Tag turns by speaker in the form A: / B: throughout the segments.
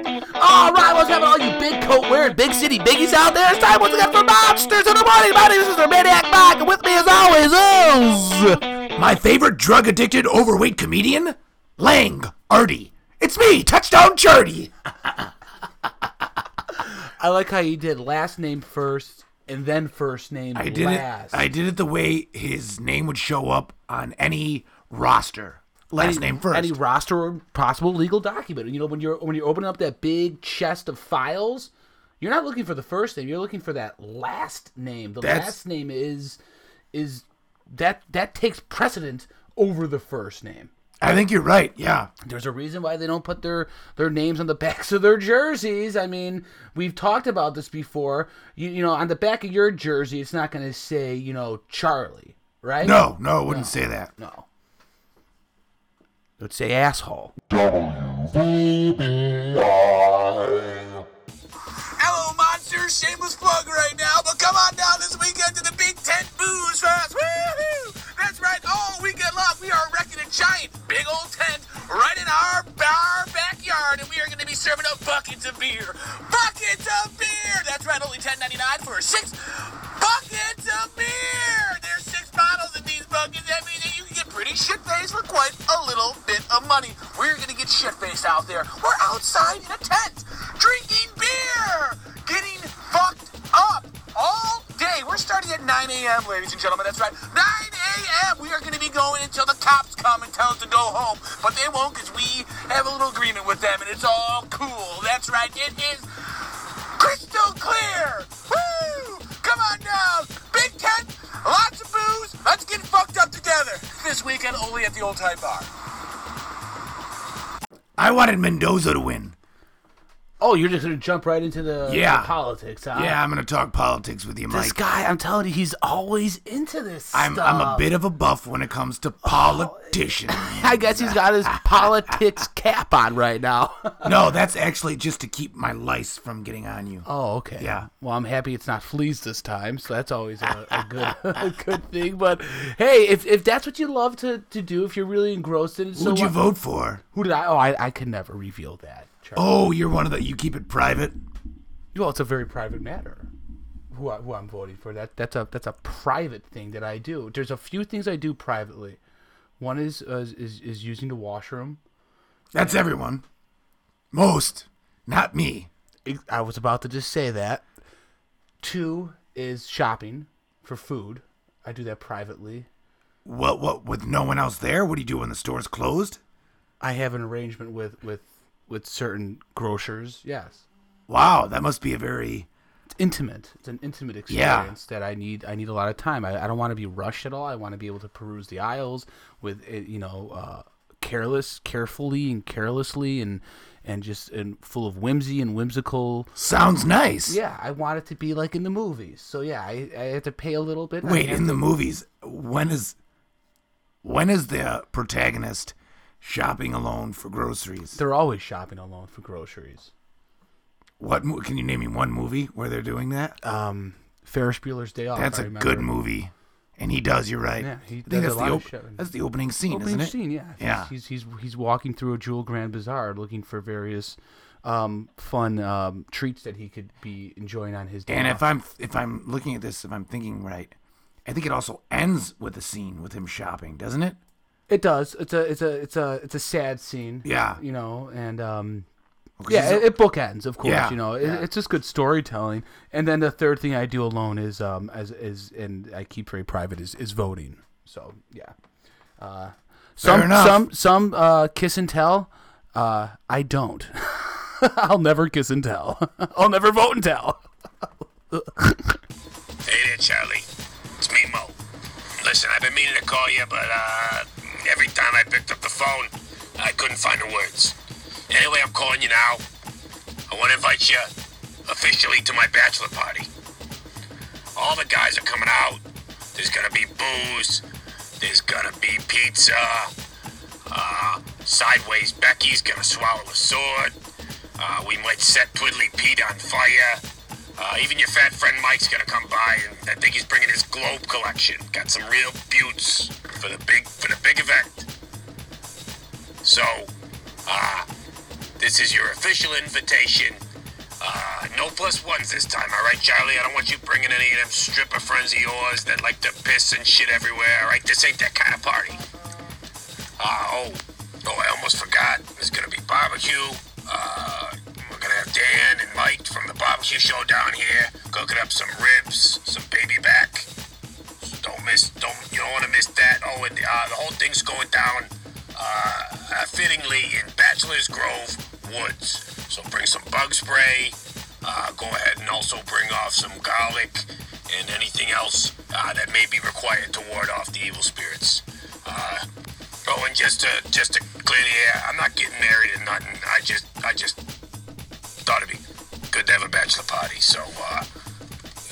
A: All right, what's happening, all you big coat wearing, big city biggies out there? It's time once again for Monsters in the Morning. My name is Mr. Maniac Mike, and with me as always is
B: My favorite drug addicted overweight comedian? Lang Artie. It's me, Touchdown Charity.
C: I like how you did last name first and then first name
B: I did
C: last.
B: it I did it the way his name would show up on any roster. Last name first.
C: Any roster or possible legal document. You know, when you're when you're opening up that big chest of files, you're not looking for the first name. You're looking for that last name. The
B: That's-
C: last name is is that that takes precedence over the first name.
B: I think you're right. Yeah.
C: There's a reason why they don't put their their names on the backs of their jerseys. I mean, we've talked about this before. You, you know, on the back of your jersey, it's not going to say, you know, Charlie, right?
B: No, no, I wouldn't say that.
C: No. It would say asshole.
D: Hello, monsters. Shameless plug right now, but come on down this weekend to the Big Ten Booze Fest. Woo-hoo! That's right. All weekend long, we are erecting a giant, big old tent right in our bar backyard, and we are going to be serving up buckets of beer. Buckets of beer. That's right. Only ten ninety nine for six buckets of beer. There's six bottles in these buckets. That means that you can get pretty shit faced for quite a little bit of money. We're going to get shit faced out there. We're outside in a tent, drinking beer, getting fucked up all day. We're starting at 9 a.m., ladies and gentlemen. That's right, 9 a.m. We are going to be going until the cops come and tell us to go home, but they won't because we have a little agreement with them, and it's all cool. That's right, it is crystal clear. Woo! Come on down, Big Ten. Lots of booze. Let's get fucked up together this weekend only at the old time bar.
B: I wanted Mendoza to win.
C: Oh, you're just going to jump right into the,
B: Yeah.
C: the politics, huh?
B: Yeah, I'm gonna talk politics with you, Mike.
C: This guy, I'm telling you, he's always into this
B: I'm
C: stuff.
B: I'm a bit of a buff when it comes to
C: Oh.
B: politicians.
C: I guess he's got his politics cap on right now.
B: no, that's actually just to keep my lice from getting on you.
C: Oh, okay.
B: Yeah.
C: Well, I'm happy it's not fleas this time, so that's always a, a good a good thing. But hey, if, if that's what you love to, to do, if you're really engrossed in it, so
B: Who'd you
C: what-
B: vote for?
C: Who did I? Oh, I, I could never reveal that. Charlie.
B: Oh, you're one of the you keep it private. Oh.
C: Well, it's a very private matter. Who, I, who I'm voting for? That that's a that's a private thing that I do. There's a few things I do privately. One is uh, is is using the washroom.
B: That's everyone. Most, not me.
C: Ex- I was about to just say that. Two is shopping for food. I do that privately.
B: What what with no one else there? What do you do when the store's closed?
C: I have an arrangement with with with certain grocers. Yes,
B: Wow, that must be a very
C: it's intimate. It's an intimate experience that I need. I need a lot of time. I, I don't want to be rushed at all. I want to be able to peruse the aisles with eh, you know uh, careless, carefully, and carelessly, and and just and full of whimsy and whimsical.
B: sounds nice.
C: Yeah, I want it to be like in the movies. So yeah, I, I have to pay a little bit. I
B: Wait,
C: have
B: in the
C: to-
B: movies, when is when is the protagonist shopping alone for groceries?
C: they're always shopping alone for groceries.
B: What mo- can you name me one movie where they're doing that?
C: Um, Ferris Bueller's Day Off.
B: that's
C: a
B: a good movie, and he does. You're right.
C: Yeah, he
B: I think
C: does a
B: that's
C: lot
B: the
C: of
B: op-
C: shopping.
B: that's the opening scene,
C: opening
B: isn't it?
C: scene, yeah.
B: Yeah.
C: He's, he's he's he's walking through a Jewel Grand Bazaar looking for various um, fun um, treats that he could be enjoying on his day.
B: And
C: off.
B: if I'm if I'm looking at this, if I'm thinking right, I think it also ends with a scene with him shopping, doesn't it?
C: it does. It's a it's a it's a it's a sad scene.
B: Yeah.
C: You know, and um,
B: 'Cause
C: yeah,
B: he's-
C: it, it bookends, of course.
B: Yeah,
C: You know, it, it's just good storytelling. And then the third thing I do alone is um as is and I keep very private is is voting. So yeah. Uh, some
B: enough.
C: some some uh, kiss and tell. Uh, I don't. I'll never kiss and tell. I'll never vote and tell.
D: Hey there, Charlie. It's me, Mo. Listen, I've been meaning to call you, but uh, every time I picked up the phone, I couldn't find the words. Anyway, I'm calling you now. I want to invite you officially to my bachelor party. All the guys are coming out. There's gonna be booze. There's gonna be pizza. Uh, sideways Becky's gonna swallow a sword. Uh, we might set Twiddly Pete on fire. Uh, even your fat friend Mike's gonna come by, and I think he's bringing his globe collection. Got some real buttes for the big for the big event. So, uh, This is your official invitation. Uh, no plus ones this time, all right, Charlie? I don't want you bringing any of them stripper friends of yours that like to piss and shit everywhere, all right? This ain't that kind of party. Uh, oh, oh, I almost forgot. There's gonna be barbecue. Uh, we're gonna have Dan and Mike from the barbecue show down here cooking up some ribs, some baby back. So don't miss, don't you don't want to miss that. Oh, and uh, the whole thing's going down, uh, uh, fittingly in Bachelor's Grove Woods. So bring some bug spray. Uh, go ahead and also bring off some garlic and anything else uh, that may be required to ward off the evil spirits. Uh, oh, and just to just to clear the air, I'm not getting married and nothing. I just I just thought it'd be good to have a bachelor party. So uh,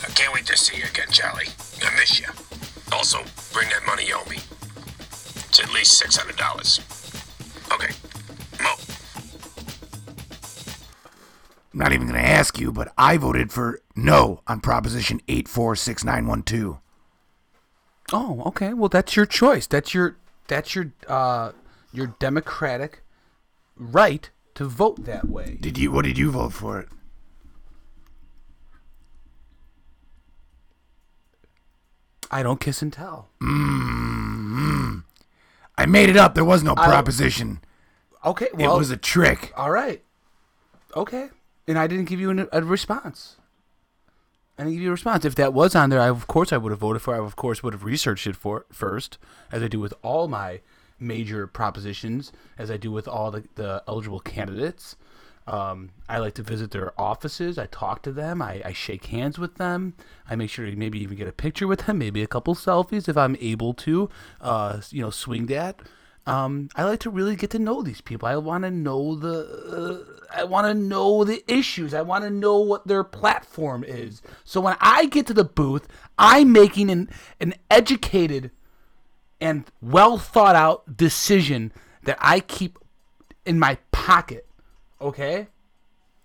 D: I can't wait to see you again, Charlie. I miss you. Also, bring that money you owe me. It's at least six hundred dollars. Okay, Mo.
B: I'm not even going to ask you, but I voted for no on Proposition 846912.
C: Oh, okay. Well, that's your choice. That's your that's your uh your democratic right to vote that way.
B: Did you? What did you vote for it?
C: I don't kiss and tell.
B: I made it up. There was no proposition.
C: Okay.
B: It
C: Well,
B: was a trick.
C: all right. Okay. And I didn't give you an, a response. I didn't give you a response. If that was on there, I of course I would have voted for. it. I of course would have researched it for first, as I do with all my major propositions, as I do with all the, the eligible candidates. Um, I like to visit their offices. I talk to them. I, I shake hands with them. I make sure to maybe even get a picture with them, maybe a couple selfies if I'm able to. Uh, you know, swing that. Um, I like to really get to know these people. I want to know the uh, I want to know the issues. I want to know what their platform is. So when I get to the booth, I'm making an an educated and well thought out decision that I keep in my pocket. Okay?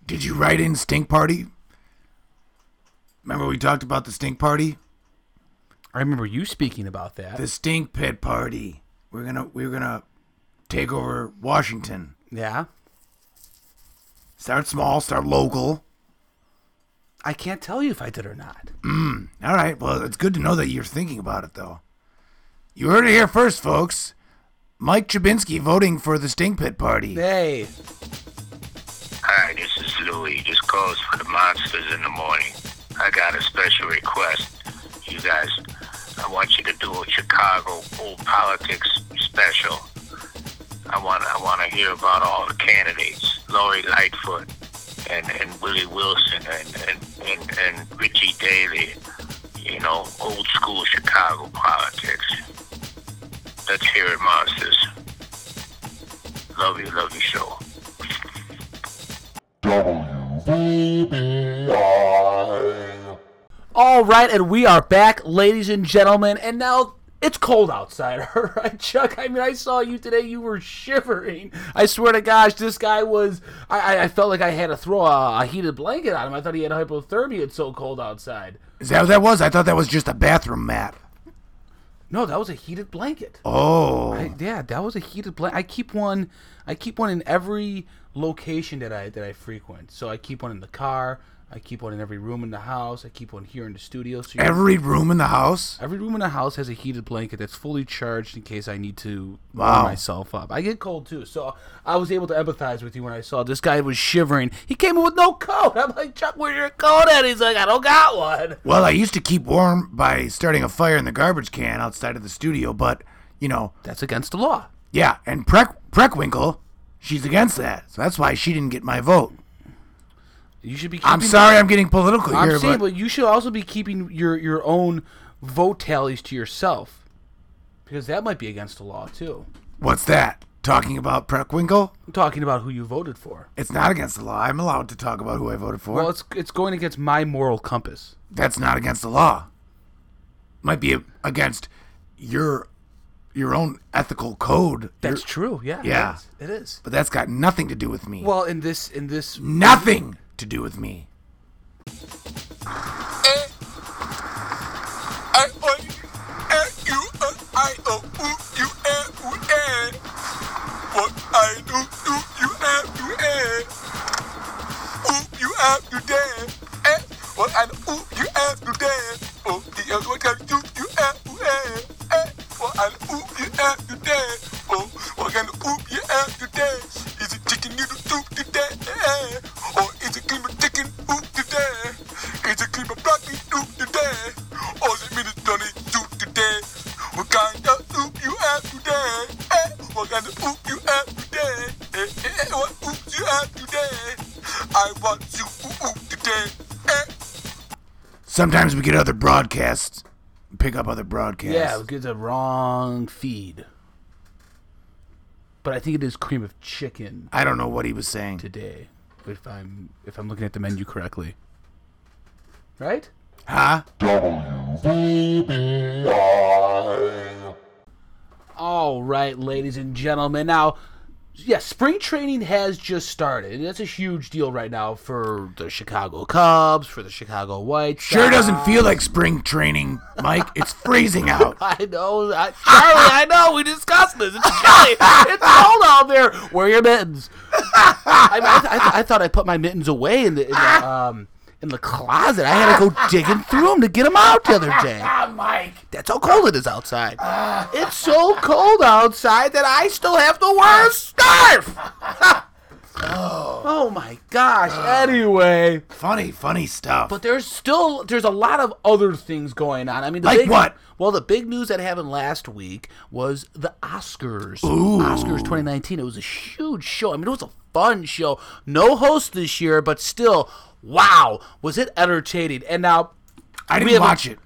B: Did you write in stink party? Remember we talked about the stink party?
C: I remember you speaking about that.
B: The stink pit party. We're gonna we're gonna take over Washington.
C: yeah.
B: Start small, start local.
C: I can't tell you if I did or not.
B: All right. Well, it's good to know that you're thinking about it, though. You heard it here first, folks. Mike Chabinsky voting for the stink pit party.
C: Hey.
D: Hi, this is Louie. This goes for the monsters in the morning. I got a special request. You guys, I want you to do a Chicago old politics special. I want I want to hear about all the candidates: Lori Lightfoot and, and Willie Wilson and and, and and Richie Daley. You know, old school Chicago politics. Let's hear it, monsters. Love you, love you, show.
E: WBI.
C: All right, and we are back, ladies and gentlemen. And now it's cold outside, all right, Chuck. I mean, I saw you today; you were shivering. I swear to gosh, this guy was—I I, I felt like I had to throw a, a heated blanket on him. I thought he had hypothermia. It's so cold outside.
B: Is that what that was? I thought that was just a bathroom mat.
C: No, that was a heated blanket.
B: Oh,
C: I- yeah, that was a heated blanket. I keep one. I keep one in every location that I that I frequent. So I keep one in the car. I keep one in every room in the house. I keep one here in the studio. So you-
B: every room in the house.
C: Every room in the house has a heated blanket that's fully charged in case I need to
B: Wow.
C: warm myself up. I get cold too, so I was able to empathize with you when I saw this guy was shivering. He came in with no coat. I'm like, Chuck, where's your coat at? He's like, I don't got one.
B: Well, I used to keep warm by starting a fire in the garbage can outside of the studio, but you know,
C: That's against the law.
B: yeah. And Prec Preckwinkle, she's against that, so that's why she didn't get my vote.
C: You should be. Keeping
B: I'm sorry, I'm getting political
C: I'm
B: here,
C: saying,
B: but
C: but you should also be keeping your your own vote tallies to yourself, because that might be against the law too.
B: what's that? Talking about Preckwinkle?
C: I'm talking about who you voted for.
B: It's not against the law. I'm allowed to talk about who I voted for.
C: Well, it's it's going against my moral compass.
B: that's not against the law. Might be against your your own ethical code.
C: That's
B: Your-
C: true. Yeah. it
B: Yeah.
C: is. It is.
B: but that's got nothing to do with me.
C: Well, in this in this
B: nothing to do with me.
D: What I do, do you have to add? have to dance. Eh? What I know, ooh, you have to dance. Oh, the other one can do, you have to dance. Eh? What I know, ooh, you have to dance. Oh, what kind of ooh, you have to dance. Is it chicken noodle soup today? Eh? Or is it cream of chicken oop today? Is it cream of broccoli oop today? Or is it minute Johnny soup today? What kind of oop you have today? Eh? What kind of oop you have today? Eh, eh, eh, what oops you have today? I want you oop oop today. Eh?
B: Sometimes we get other broadcasts, pick up other broadcasts.
C: Yeah, we get the wrong feed. But I think it is cream of chicken
B: I don't know what he was saying.
C: today, if I'm if I'm looking at the menu correctly. Right?
B: Huh?
E: WBBI.
C: All right, ladies and gentlemen. Now, yeah, spring training has just started, and that's a huge deal right now for the Chicago Cubs, for the Chicago White Sox.
B: Sure doesn't feel like spring training, Mike. It's freezing out.
C: I know, I, Charlie. I know. We discussed this. It's chilly. It's cold out there. Wear your mittens. I, mean, I, th- I, th- I thought I put my mittens away in the, in the um in the closet. I had to go digging through them to get them out the other day.
B: Mike.
C: That's how cold it is outside. it's so cold outside that I still have to wear a scarf. oh. my gosh. anyway,
B: Funny, funny stuff.
C: but there's still there's a lot of other things going on. I mean, the
B: Like
C: big,
B: what?
C: Well, the big news that happened last week was the Oscars.
B: Ooh.
C: Oscars 2019. It was a huge show. I mean, it was a fun show. No host this year, but still, wow, was it entertaining. And now
B: I
C: we
B: didn't
C: have a-
B: watch it.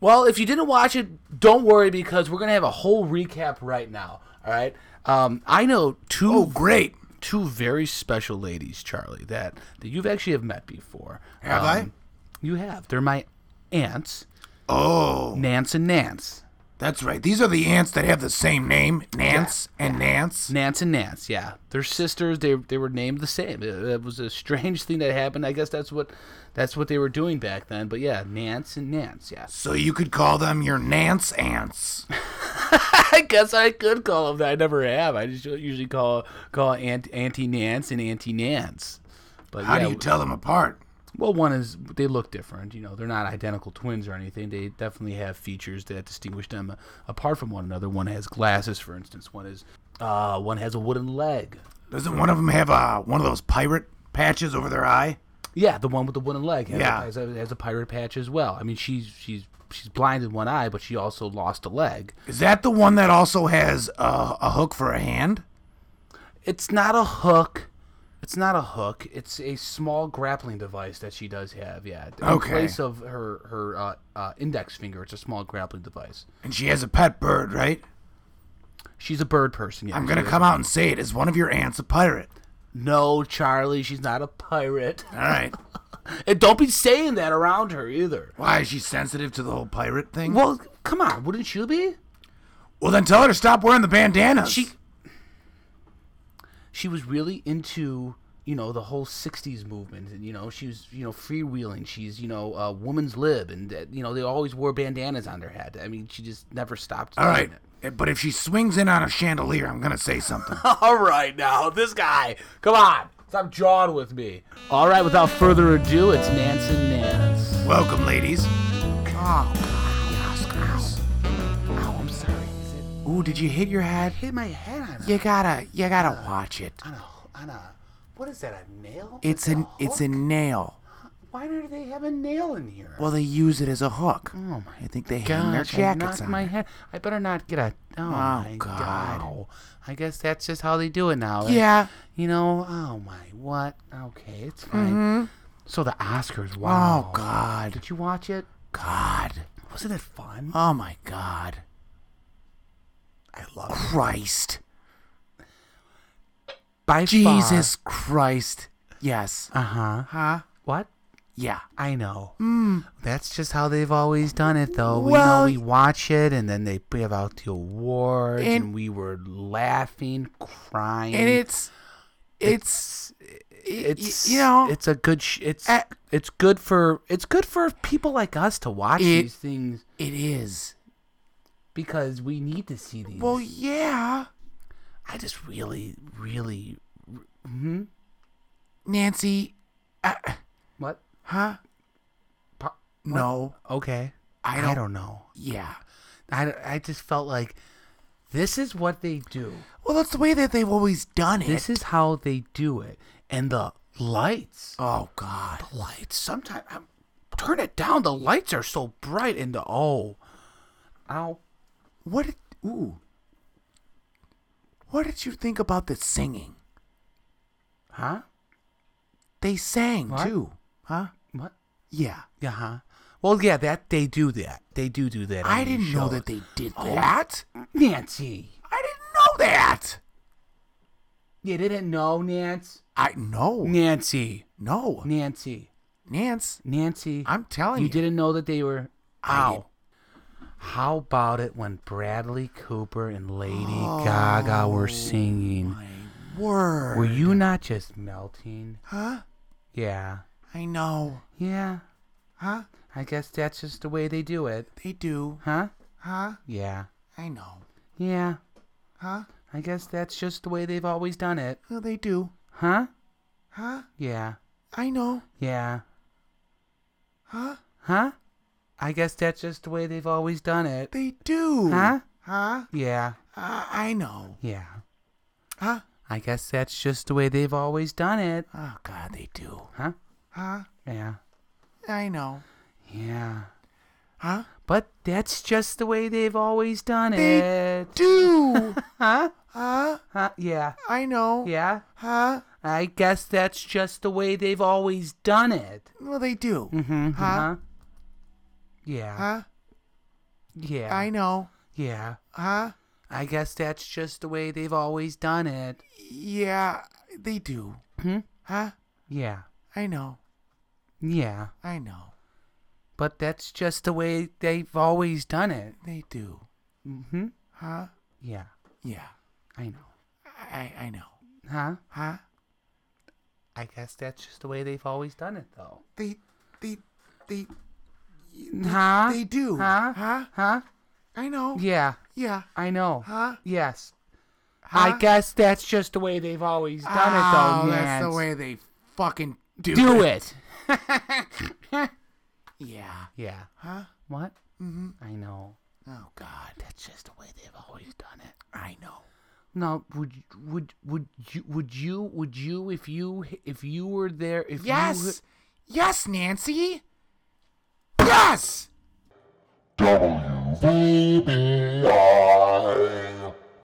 C: well, if you didn't watch it, don't worry because we're gonna have a whole recap right now. All right. Um, I know two
B: Oh, great.
C: two very special ladies, Charlie, that that you've actually have met before. Um,
B: Have I?
C: You have. They're my aunts,
B: Oh,
C: Nance and Nance,
B: that's right. These are the ants that have the same name, Nance and Nance.
C: Nance and Nance. Yeah, they're sisters. They they were named the same. It, it was a strange thing that happened. I guess that's what that's what they were doing back then. But yeah, Nance and Nance. Yeah.
B: So you could call them your Nance ants.
C: I guess I could call them that. I never have. I just usually call call Aunt Auntie Nance and Auntie Nance. But
B: How
C: yeah,
B: do you tell them apart?
C: well, one is they look different. You know, they're not identical twins or anything. They definitely have features that distinguish them uh, apart from one another. One has glasses, for instance. One is uh, one has a wooden leg.
B: Doesn't one of them have uh, one of those pirate patches over their eye?
C: Yeah, the one with the wooden leg has,
B: Yeah.
C: a, has, a, has a pirate patch as well. I mean, she's she's she's blind in one eye, but she also lost a leg.
B: Is that the one that also has uh, a hook for a hand?
C: It's not a hook. It's not a hook. It's a small grappling device that she does have. Yeah. In
B: Okay.
C: place of her her uh, uh, index finger, it's a small grappling device.
B: And she has a pet bird, right?
C: She's a bird person. Yeah.
B: I'm gonna come out and say it. Is one of your ants a pirate?
C: No, Charlie. She's not a pirate.
B: All right.
C: And don't be saying that around her either.
B: Why is she sensitive to the whole pirate thing? Well,
C: Well, come on. Wouldn't you be?
B: then tell her to stop wearing the bandanas.
C: She. She was really into you know the whole '60s movement, and you know she was you know freewheeling. She's you know a woman's lib, and uh, you know they always wore bandanas on their head. I mean, she just never stopped.
B: All
C: doing
B: right. eh,
C: it.
B: But if she swings in on a chandelier, I'm gonna say something.
C: All right, now this guy. Come on, stop jawing with me. All right, without further ado, it's Nance and Nance.
B: Welcome, ladies.
C: Oh, I'm sorry. Is it
B: Ooh, did you hit your head?
C: hit my head on a,
B: You gotta, you gotta watch it.
C: on a on a what is that? A nail?
B: It's
C: Is it
B: an,
C: a
B: it's
C: hook?
B: a nail.
C: Why do they have a nail in here?
B: Well, they use it as a hook.
C: oh my
B: I think they hang their
C: gosh, I knocked
B: jackets on.
C: my
B: it.
C: head. I better not get a. Oh, my
B: God.
C: god. I guess that's just how they do it now.
B: Yeah.
C: You know. Oh my. What? Okay, it's fine. So the Oscars. Wow.
B: Mm-hmm. Oh God,
C: Did you watch it? Uh,
B: God.
C: Wasn't it fun?
B: Oh my God.
C: I love it.
B: Christ.
C: By
B: Jesus Christ. Yes.
C: Uh huh.
B: Huh?
C: What?
B: Yeah.
C: I know. That's just how they've always done it, though.
B: Mm. Well,
C: we know we watch it, and then they give out the awards, and,
B: And-
C: we were laughing, crying.
B: And it's, it's,
C: it's
B: you know,
C: it's a good sh- it's
B: eh.
C: it's good for it's good for people like us to watch
B: It-
C: these things
B: it is.
C: because we need to see these.
B: Well, yeah.
C: I just really, really
B: Nancy, I,
C: What?
B: Huh?
C: Pa-
B: No.
C: Okay.
B: I
C: I
B: don't-
C: don't know.
B: Yeah.
C: I, I just felt like this is what they do.
B: Well, that's the way that they've always done it.
C: This is how they do it. And the lights.
B: oh God.
C: Lights. Sometimes I'm, turn it down. The lights are so bright and the oh. Ow.
B: What? Did, ooh. What did you think about the singing?
C: Huh?
B: They sang
C: What?
B: too, huh?
C: What?
B: Yeah.
C: Yeah. Huh? Uh-huh. Well, yeah, that they do that. They do do that. on
B: I
C: these
B: didn't know
C: shows.
B: that they did
C: Oh.
B: that.
C: Nancy.
B: I didn't know that.
C: You didn't know, Nance.
B: I no,
C: Oh. Nancy.
B: no,
C: Nancy.
B: Nance.
C: Nancy.
B: I'm telling
C: you,
B: you,
C: didn't know that they were.
B: I
C: Ow. How about it when Bradley Cooper and Lady Gaga were singing?
B: word.
C: Were you not just melting?
B: Huh?
C: Yeah.
B: I know.
C: Yeah.
B: Huh?
C: I guess that's just the way they do it.
B: They do.
C: Huh?
B: Huh?
C: Yeah.
B: I know.
C: Yeah.
B: Huh?
C: I guess that's just the way they've always done it.
B: Well, they do.
C: Huh?
B: Huh?
C: Yeah.
B: I know.
C: Yeah.
B: Huh?
C: Huh? I guess that's just the way they've always done it.
B: They do.
C: Huh?
B: Huh?
C: Yeah.
B: Uh, I know.
C: Yeah.
B: Huh?
C: I guess that's just the way they've always done it.
B: Oh God, they do.
C: Huh?
B: Huh?
C: Yeah.
B: I know.
C: Yeah.
B: Huh?
C: But that's just the way they've always done
B: They
C: it.
B: Do.
C: Huh?
B: huh?
C: Huh? Yeah.
B: I know.
C: Yeah.
B: Huh?
C: I guess that's just the way they've always done it.
B: Well, they do.
C: Mm-hmm.
B: Huh?
C: Yeah.
B: Huh?
C: Yeah.
B: I know.
C: yeah.
B: Huh?
C: I guess that's just the way they've always done it.
B: Yeah, they do.
C: Hmm?
B: Huh?
C: Yeah.
B: I know.
C: Yeah.
B: I know.
C: But that's just the way they've always done it.
B: They do.
C: Mm-hmm.
B: Huh?
C: Yeah.
B: Yeah.
C: I know.
B: I I know.
C: Huh?
B: Huh?
C: I guess that's just the way they've always done it, though.
B: They they they
C: Huh?
B: they do.
C: Huh?
B: Huh?
C: Huh?
B: I know.
C: Yeah.
B: Yeah.
C: I know.
B: Huh?
C: Yes.
B: Huh?
C: I guess that's just the way they've always done it,
B: Oh,
C: though.
B: that's the
C: Nance.
B: way they fucking do,
C: Do it.
B: Yeah.
C: yeah.
B: Huh?
C: What?
B: Mm-hmm.
C: I know.
B: Oh God.
C: That's just the way they've always done it.
B: I know.
C: Now, would would would you would you would you if you if you were there if you
B: Yes. Yes, Nancy. Yes.
E: WBBI.